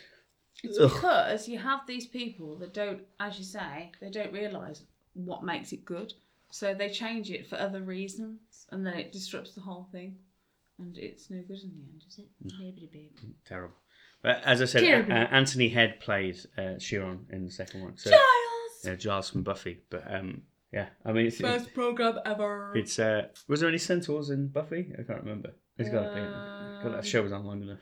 It's Ugh. because you have these people that don't, as you say, they don't realise what makes it good. So they change it for other reasons and then it disrupts the whole thing. And it's no good in the end, is it? Mm. Bibbidi-bib. Terrible. But as I said, Terrible. uh, Anthony Head played uh, Chiron in the second one. So Giles! yeah, Giles from Buffy. But um, yeah, I mean, it's, it's, First programme ever. it's uh, was there any centaurs in Buffy? I can't remember. There's got to be. God, Um, that show was on long enough.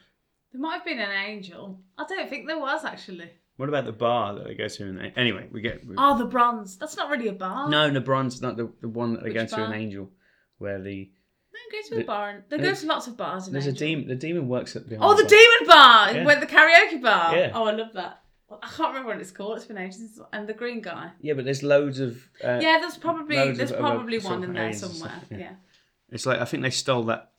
There might have been an angel. I don't think there was actually. What about the bar that they go to? In the, anyway, we get we- Oh, the bronze. That's not really a bar. Mm. no, the bronze, not the, the one that they go Which to in bar? Angel, where the They go to The- a bar. And, they go there's- to lots of bars. In there's Angel. a demon. The demon works at the. Oh, the demon bar. Yeah. Where the karaoke bar. Yeah. Oh, I love that. Well, I can't remember what it's called. It's been ages. since- And the green guy. Yeah, but there's loads of. Uh, yeah, there's probably loads there's of- of probably sort one of in there aliens and stuff, somewhere. yeah. Yeah. It's like I think they stole that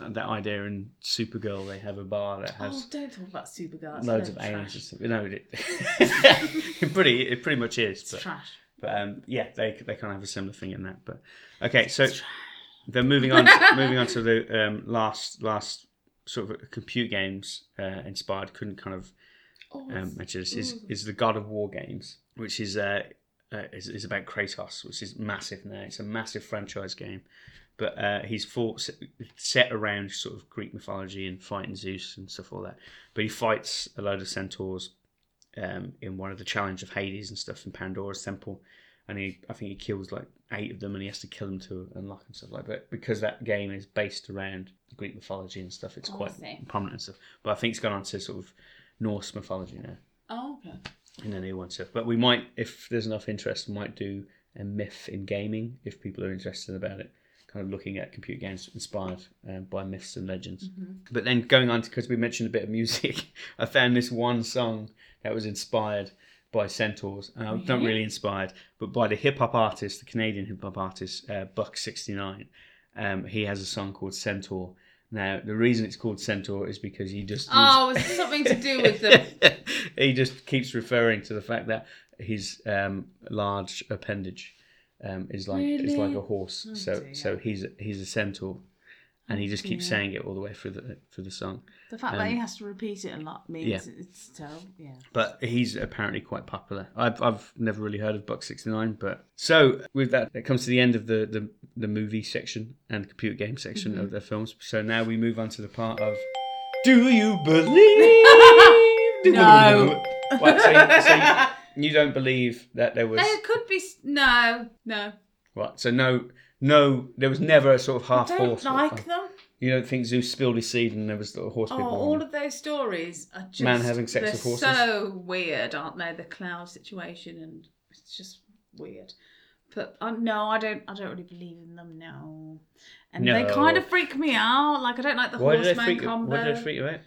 that idea in Supergirl. They have a bar that Oh, has don't talk about Supergirl. It's loads of trash. aliens. and stuff. No, it, it <laughs> pretty it pretty much is. It's But, trash. but um, yeah, they they kind of have a similar thing in that. But okay, so then moving on moving on to the um, last last sort of compute games uh, inspired couldn't kind of Oh, um, mention this is Ooh. is the God of War games, which is uh, uh is, is about Kratos, which is massive now. It's a massive franchise game, but uh, he's fought set around sort of Greek mythology and fighting Zeus and stuff like that. But he fights a load of centaurs um, in one of the challenge of Hades and stuff in Pandora's temple. And he, I think he kills like eight of them, and he has to kill them to unlock and stuff like that. Because that game is based around Greek mythology and stuff, it's Oh, I quite see. prominent and stuff. But I think it's gone on to sort of Norse mythology now oh, okay. in the new one stuff. But we might, if there's enough interest, might do a myth in gaming if people are interested about it. Kind of looking at computer games inspired um, by myths and legends. But then going on because we mentioned a bit of music, <laughs> I found this one song that was inspired by Centaurs. Uh, Not Really? really inspired, but by the hip hop artist, the Canadian hip hop artist uh, Buck Sixty Nine. Um, he has a song called Centaur. Now the reason it's called Centaur is because he just Oh, is this something to do with <laughs> the he just keeps referring to the fact that his um, large appendage um, is like is like Really? a horse. Oh, so dear. so he's he's a centaur, and he just keeps dear. saying it all the way through the through the song. the fact that Um, he has to repeat it a lot means it's terrible. Yeah. But he's apparently quite popular. I've I've never really heard of Buck sixty nine, but so with that, it comes to the end of the the, the movie section and computer game section Mm-hmm. of the films. So now we move on to the part of Do you <laughs> believe? No. What, so you- so you- <laughs> You don't believe that there was No, it could be. s- No, no. right? So no, no, there was never a sort of half I horse. don't like them. You don't think Zeus spilled his seed and there was the horse Oh, people? all of those stories are just Man having sex they're with horses? So weird, aren't they? The cloud situation and it's just weird. But um, no, I don't. I don't really believe in them. No, and No. they kind of freak me out. Like I don't like the why did they horseman freak? you- combo. Why did they freak you out?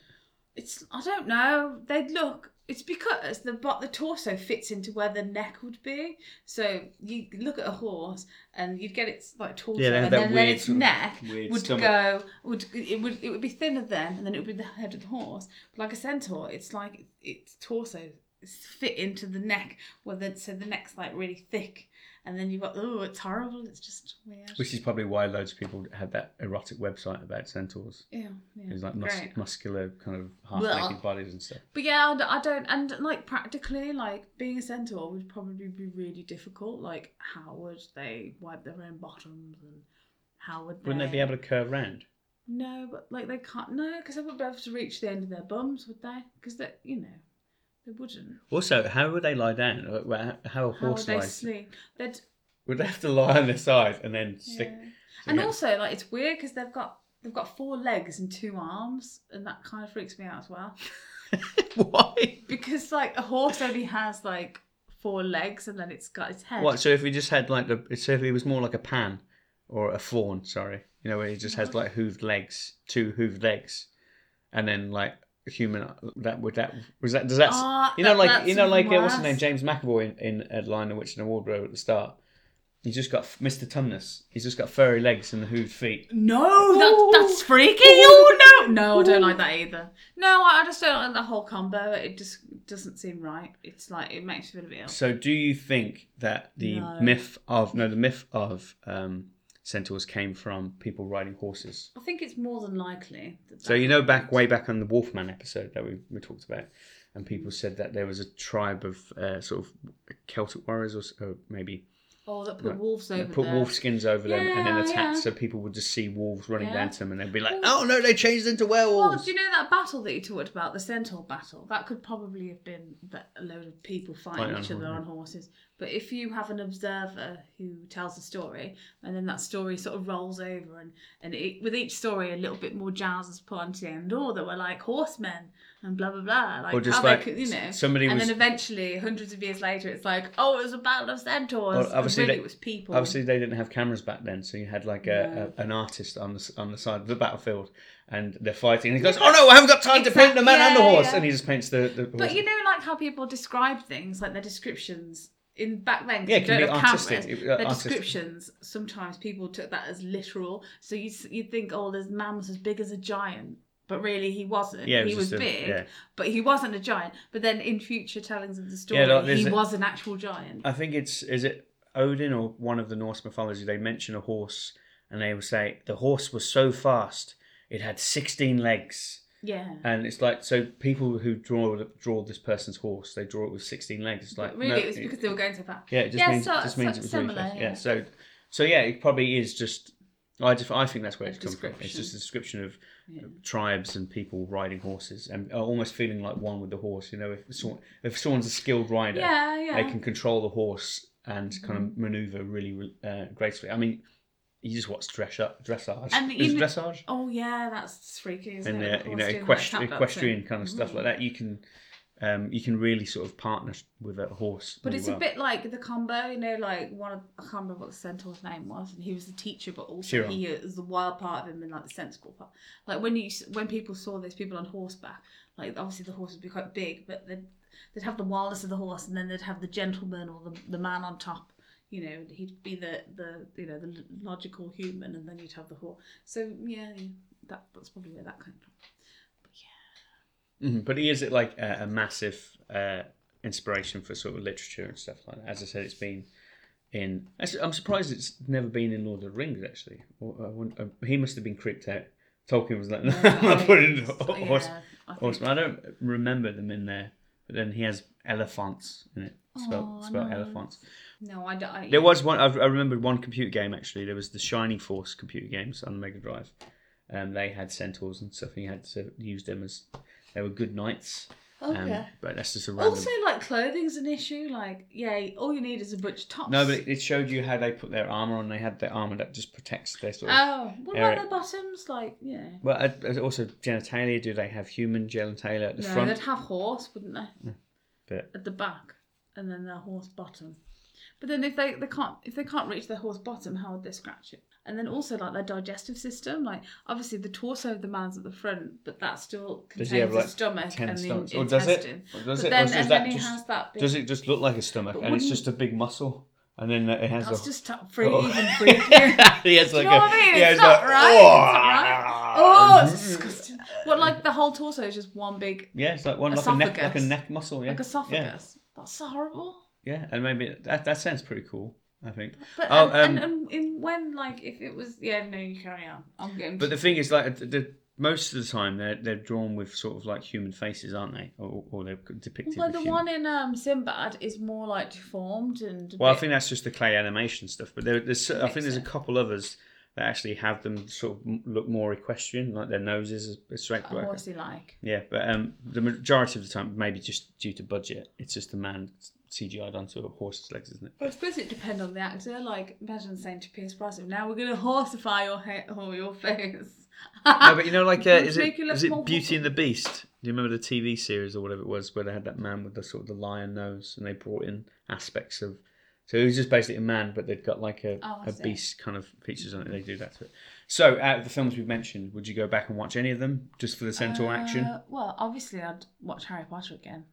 It's I don't know. They look. It's because the but the torso fits into where the neck would be. So you look at a horse and you'd get its like torso, Yeah, they have and that then, then weird its sort of- neck weird would stomach. go would it would it would be thinner then, and then it would be the head of the horse. But like a centaur, it's like its torso is fit into the neck, where the, so the neck's like really thick, and then you've got oh, it's horrible. It's just weird. Which is probably why loads of people had that erotic website about centaurs. yeah, It yeah. was like mus- Great. muscular, kind of Well. half-naked bodies and stuff. But yeah, I d- I don't, and like practically, like being a centaur would probably be really difficult. Like, how would they wipe their own bottoms, and how would they? Wouldn't they be able to curve round? No, but like they can't. No, because they wouldn't be able to reach the end of their bums, would they? Because they, you know, they wouldn't. Also, how would they lie down? Uh, wha- How a How horse would they lies? sleep? They'd. Would they have to lie on their side and then stick? yeah. And Yeah. also, like, it's weird because they've got they've got four legs and two arms, and that kind of freaks me out <laughs> as well. <laughs> why? Because like a horse only has like four legs, and then it's got its head. What? So if we just had like the, so if it was more like a pan or a fawn, sorry, you know, where it just has like hooved legs, two hooved legs, and then like a human. That would that was that does that? Ah, you know, that- like that's you know, like even uh, what's the name? worse. James McAvoy in, in a line in which an award row at the start. He's just got Mr. Tumnus. He's just got furry legs and the hooved feet. Mm. No, that, that's freaky. Oh no, no, I don't like that either. No, I I just don't like the whole combo. It just doesn't seem right. It's like it makes me feel a bit ill. So, do you think that the No. myth of no, the myth of um, centaurs came from people riding horses? I think it's more than likely. That So you know, back way back on the Wolfman episode that we, we talked about, and people said that there was a tribe of uh, sort of Celtic warriors, or, s- or maybe Oh, that put Right. wolves They over put there. wolf skins over them and then Yeah, attacked, yeah. so people would just see wolves running Yeah. down to them, and they'd be like, Well- "Oh no, they changed into Well, werewolves." do you know that battle that you talked about, the centaur battle? That could probably have been that a load of people fighting Fighting each on other horses. on horses. But if you have an observer who tells a story, and then that story sort of rolls over, and and it, with each story a little bit more jazz is put onto the end, or that were like horsemen and blah blah blah, like or just how they like could- you know. somebody And was then eventually, hundreds of years later, it's like, oh, it was a battle of centaurs. Well, and obviously really they- it was people. Obviously, they didn't have cameras back then, so you had like a, No. a an artist on the s- on the side of the battlefield, and they're fighting, and he goes, "Oh no, I haven't got time to paint the Exact- man and the yeah, horse," yeah. and he just paints the, the horse. But you know, like how people describe things, like their descriptions in back then. 'cause yeah, you it can don't be have artistic. cameras, It- uh, Their artistic. descriptions sometimes people took that as literal. So you you think, oh, this man was as big as a giant, but really he wasn't. Yeah, it he was just a- big, yeah. but he wasn't a giant. But then in future tellings of the story, like there's he a- Uh, was an actual giant. I think it's is it Odin or one of the Norse mythology. They mention a horse, and they will say the horse was so fast it had sixteen legs. yeah. And it's like so people who draw draw this person's horse, they draw it with sixteen legs. It's like but really, no, it was because they were going so fast. Yeah, it just Yeah, means so- it just means so- it was really similar, fast. Yeah. yeah. So so yeah, it probably is just. I just I think that's where A it's come from. It's description. just a description of Yeah. tribes and people riding horses and uh, almost feeling like one with the horse. You know, if someone, if someone's a skilled rider, Yeah, yeah. Mm-hmm. they can control the horse and kind of maneuver really uh, gracefully. I mean, you just watch dress up, dressage. And Is it in- dressage? Oh yeah, that's freaky, isn't and uh, it? you Of course, know doing that equest- cat boxing. equestrian kind of stuff like that. You can um, you can really sort of partner with a horse. But really it's well. a bit like the combo, you know, like one of I can't remember what the centaur's name was, and he was the teacher, but also Chiron. he is the wild part of him and like the sensible part. Like when you s- when people saw those people on horseback, like obviously the horse would be quite big, but they'd, they'd have the wildness of the horse, and then they'd have the gentleman or the, the man on top. You know, he'd be the the you know the l- logical human, and then you'd have the horse. So yeah, yeah, that that's probably where that came from. <laughs> Mhm, But he is like a, a massive uh, inspiration for sort of literature and stuff like that. As I said, it's been in. actually, I'm surprised it's never been in Lord of the Rings actually. Or, I wouldn't- uh, he must have been creeped out. Tolkien was like, <laughs> no, I'm not putting the ho- Yeah, horse. I think- horseman." Oh, I don't remember them in there. But then he has elephants in it. Spelled, Oh, spelled no. elephants. No, I don't. I, There was one. I I remembered one computer game actually. There was the Shining Force computer games on the Mega Drive. Um, they had centaurs and stuff, and you had to use them as they were good knights. okay. Um, but that's just a random. Also, like clothing's an issue. Like, yeah, all you need is a bunch of tops. no, but it- it showed you how they put their armor on. They had their armor that just protects their sort of. oh, what Eric- about the bottoms? Like, yeah, well, and- and also genitalia. Do they have human genitalia at the no, front? they'd have horse, wouldn't they? But- At the back, and then their horse bottom. But then if they, they can't if they can't reach their horse bottom, how would they scratch it? And then also like their digestive system, like obviously the torso of the man's at the front, but that still Does contains he have, the like, stomach Ten and the stomachs, in- or does it? intestine. Or does but it? then, or does and that then he just, has that big. Does it just look like a stomach, But and it's wouldn't- just a big muscle, and then it has That's a. just t- free, Oh. <laughs> even freakier. he has Do you like know a. what I mean? Yeah, he's It's not like, right, "Oh!" Oh, it's disgusting. What, like the whole torso is just one big, <laughs> Yeah, it's like one like a neck, like a Esophagus. neck muscle. Yeah, like Yeah, esophagus? That's so horrible. yeah, and maybe that that sounds pretty cool. I think. But Oh, and, um, and, and in when like if it was yeah no you carry on I'm getting <laughs> But the thing is, like, the, the, most of the time they're they're drawn with sort of like human faces, aren't they? Or, or they're depicted. well with the human. one in um Sinbad is more like deformed and a Well, I bit- think that's just the clay animation stuff. But there, there's, I think there's a Makes couple others that actually have them sort of m- look more equestrian, like their noses are straight. a like- horsey like Yeah, but um, the majority of the time, maybe just due to budget, it's just the man CGI'd onto a horse's legs, isn't it? well, I suppose it depends on the actor. Like, imagine saying to Pierce Brosnan, "Now we're gonna <laughs> horsify your hair or your face." <laughs> No, but you know, like, uh, Let's is it Ah! make you look is it more Beauty handsome. and the Beast? Do you remember the TV series or whatever it was where they had that man with the sort of the lion nose, and they brought in aspects of. So he was just basically a man, but they'd got like a, Oh, I a see. beast kind of features on it. They do that to it. So, out of the films we've mentioned, would you go back and watch any of them just for the centaur action? Uh, well, obviously I'd watch Harry Potter again,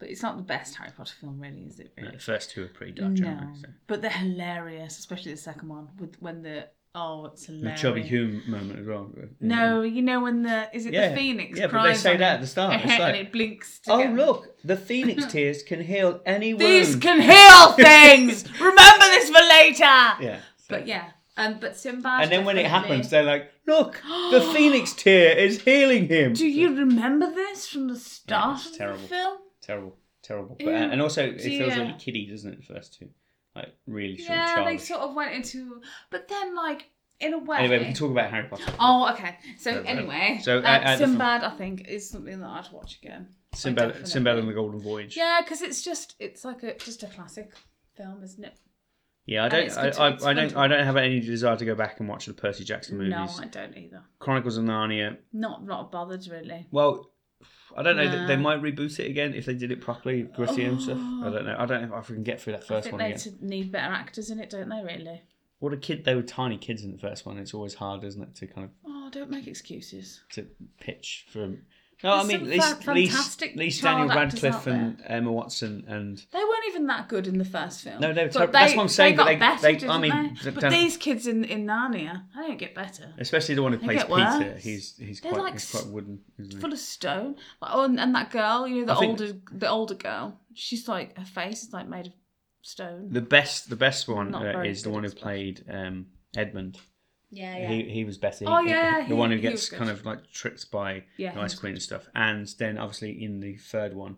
but it's not the best Harry Potter film, really, is it? Really? No, the first two are pretty dodgy, aren't they? So. but they're hilarious, especially the second one with when the oh, it's The hilarious. chubby Hume moment as well. No, you know when the is it Yeah, the phoenix? yeah, but cries they say on that him? at the start. It's <laughs> and like- it blinks. Oh together. look, <laughs> the phoenix tears can heal any These wound. <laughs> can heal things. Remember this for later. Yeah. But yeah, um, but Sinbad. And then when it definitely- happens, they're like, "Look, the <gasps> phoenix tear is healing him." do you remember this from the start it's of terrible. the film? Terrible, terrible. But, Ew, and also, it feels dear. like a kiddie, doesn't it? The first two. Like really sort of yeah, they childish. sort of went into, but then like in a way. Anyway, we can talk about Harry Potter. Oh, okay. So Don't worry. anyway, So, so uh, uh, the- Sinbad, I think, is something that I'd watch again. Sinbad, definitely- Sinbad and the Golden Voyage. Yeah, because it's just it's like a just a classic film, isn't it? Yeah, I And don't, it's I, good to- I, it's I fun don't, to I don't have any desire to go back and watch the Percy Jackson movies. No, I don't either. Chronicles of Narnia. Not not bothered really. Well, I don't know. Nah. They might reboot it again if they did it properly, gritty and stuff. I Oh. don't know. I don't know if I can get through that I first think one they again. t- need better actors in it, don't they? Really? What a kid! They were tiny kids in the first one. It's always hard, isn't it, to kind of Oh, don't make excuses. to pitch from. No, I There's mean, at some least, fa- at least, fantastic at least child Daniel actors out Radcliffe and Emma Watson and They weren't even that good in the first film. No, they were But terrible. That's what I'm saying, They but got they- better, they- I didn't mean, they? they've But done- these kids in, in Narnia, they don't get better. especially the one who They plays get Peter. worse. He's he's They're quite like he's quite s- wooden, isn't he? Full of stone. Like, oh, and, and that girl, you know, the Mm. I think- older the older girl. She's like her face is like made of stone. The best the best one Not uh, very is the good one who expression. played um, Edmund. yeah, He he was Betty. Oh, He- yeah, the he- one who he gets was good. kind of like tricked by yeah. the ice queen and stuff. And then obviously in the third one,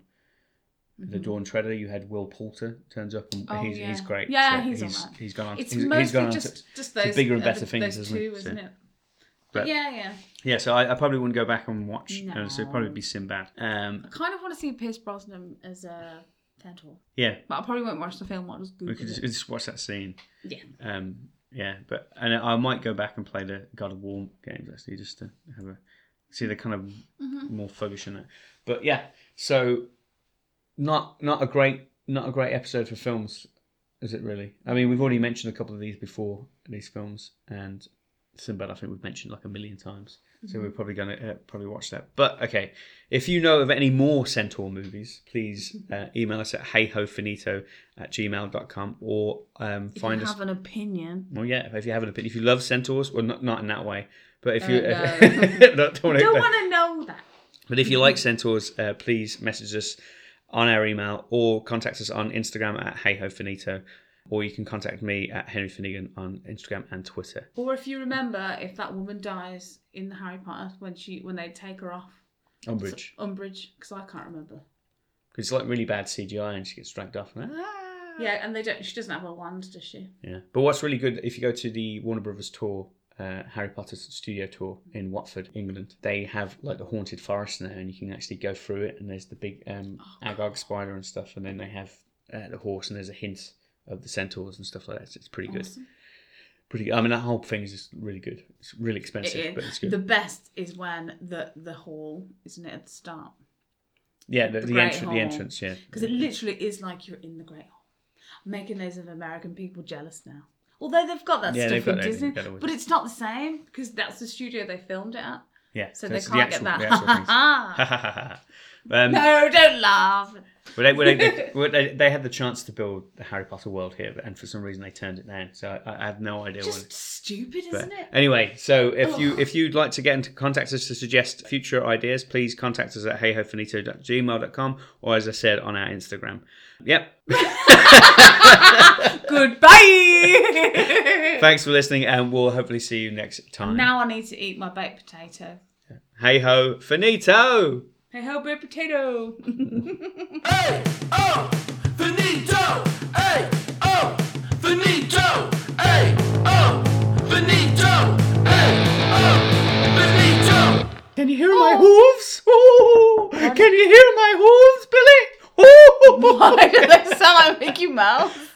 the Dawn Treader, you had Will Poulter turns up and Mm-hmm. Oh, he's yeah. he's great. Yeah, he's he's alright. he's gone on. It's he's, mostly he's gone on just to, just those bigger and uh, the- better things, Those isn't it? two, So- isn't it? But- But yeah, yeah. yeah. So I, I probably wouldn't go back and watch. No. Uh, so it'd probably be Sinbad. Um, I kind of want to see Pierce Brosnan as a Centaur, yeah, but I probably won't watch the film. I'll just Google we could just, it. just watch that scene. Yeah. Um, yeah, but and I might go back and play the God of War games actually just to have a see the kind of hmm more focus on it. But yeah, so not not a great not a great episode for films, is it really? I mean, we've already mentioned a couple of these before these films, and Sinbad I think we've mentioned like a million times. Mm-hmm. So we're probably gonna uh, probably watch that. But okay, if you know of any more Centaur movies, please uh, email us at heyhofinito at gmail.com or um, If find you us. have an opinion, Well, yeah, if you have an opinion, if you love centaurs, well, not, not in that way, but if you <laughs> Uh, don't wanna- don't want to know that. but if you like centaurs, uh, please message us on our email or contact us on Instagram at heyhofinito, or you can contact me at Henry Finnegan on Instagram and Twitter. Or if you remember, if that woman dies in the Harry Potter when she when they take her off Umbridge. Umbridge, because I can't remember. It's like really bad CGI and she gets dragged off. and, "Ah." Yeah, and they don't. She doesn't have a wand, does she? Yeah. But what's really good, if you go to the Warner Brothers tour, uh, Harry Potter's studio tour in Watford, England, they have like the haunted forest now, and you can actually go through it. And there's the big um, Oh, Agog spider and stuff, and then they have uh, the horse, and there's a hint of the centaurs and stuff like that. So it's pretty good. Awesome. Pretty. Good. I mean, that whole thing is just really good. It's really expensive, It is. but it's good. The best is when the the hall isn't it at the start yeah, the, the the, Great entrance. Hall. The entrance. Yeah. because it literally is like you're in the Great Hall. I'm making those of American people jealous now. Although they've got that Yeah, they've stuff got in that in Disney, Better with but it's not the same because that's the studio they filmed it at, yeah. so, it's they the can't actual- get the actual <laughs> things. <laughs> that. um, no, don't laugh. Well, they, well, <laughs> they, well, they, they had the chance to build the Harry Potter world here, but, and for some reason they turned it down. So I, I have no idea why. Just stupid, But isn't it? anyway, so if you Ugh. if you'd like to get into contact us to suggest future ideas, please contact us at heyhofinito.gmail.com or as I said on our Instagram. Yep. Goodbye. <laughs> Thanks for listening, and we'll hopefully see you next time. now I need to eat my baked potato. Hey ho, finito. Hey ho, baked potato. <laughs> Hey, oh, finito. Hey, oh, finito. Hey, oh, finito. Hey, oh, finito. Can you hear my hooves? Ooh. Can you hear my hooves, Billy? Ooh. <laughs> Why do they sound like Mickey Mouse?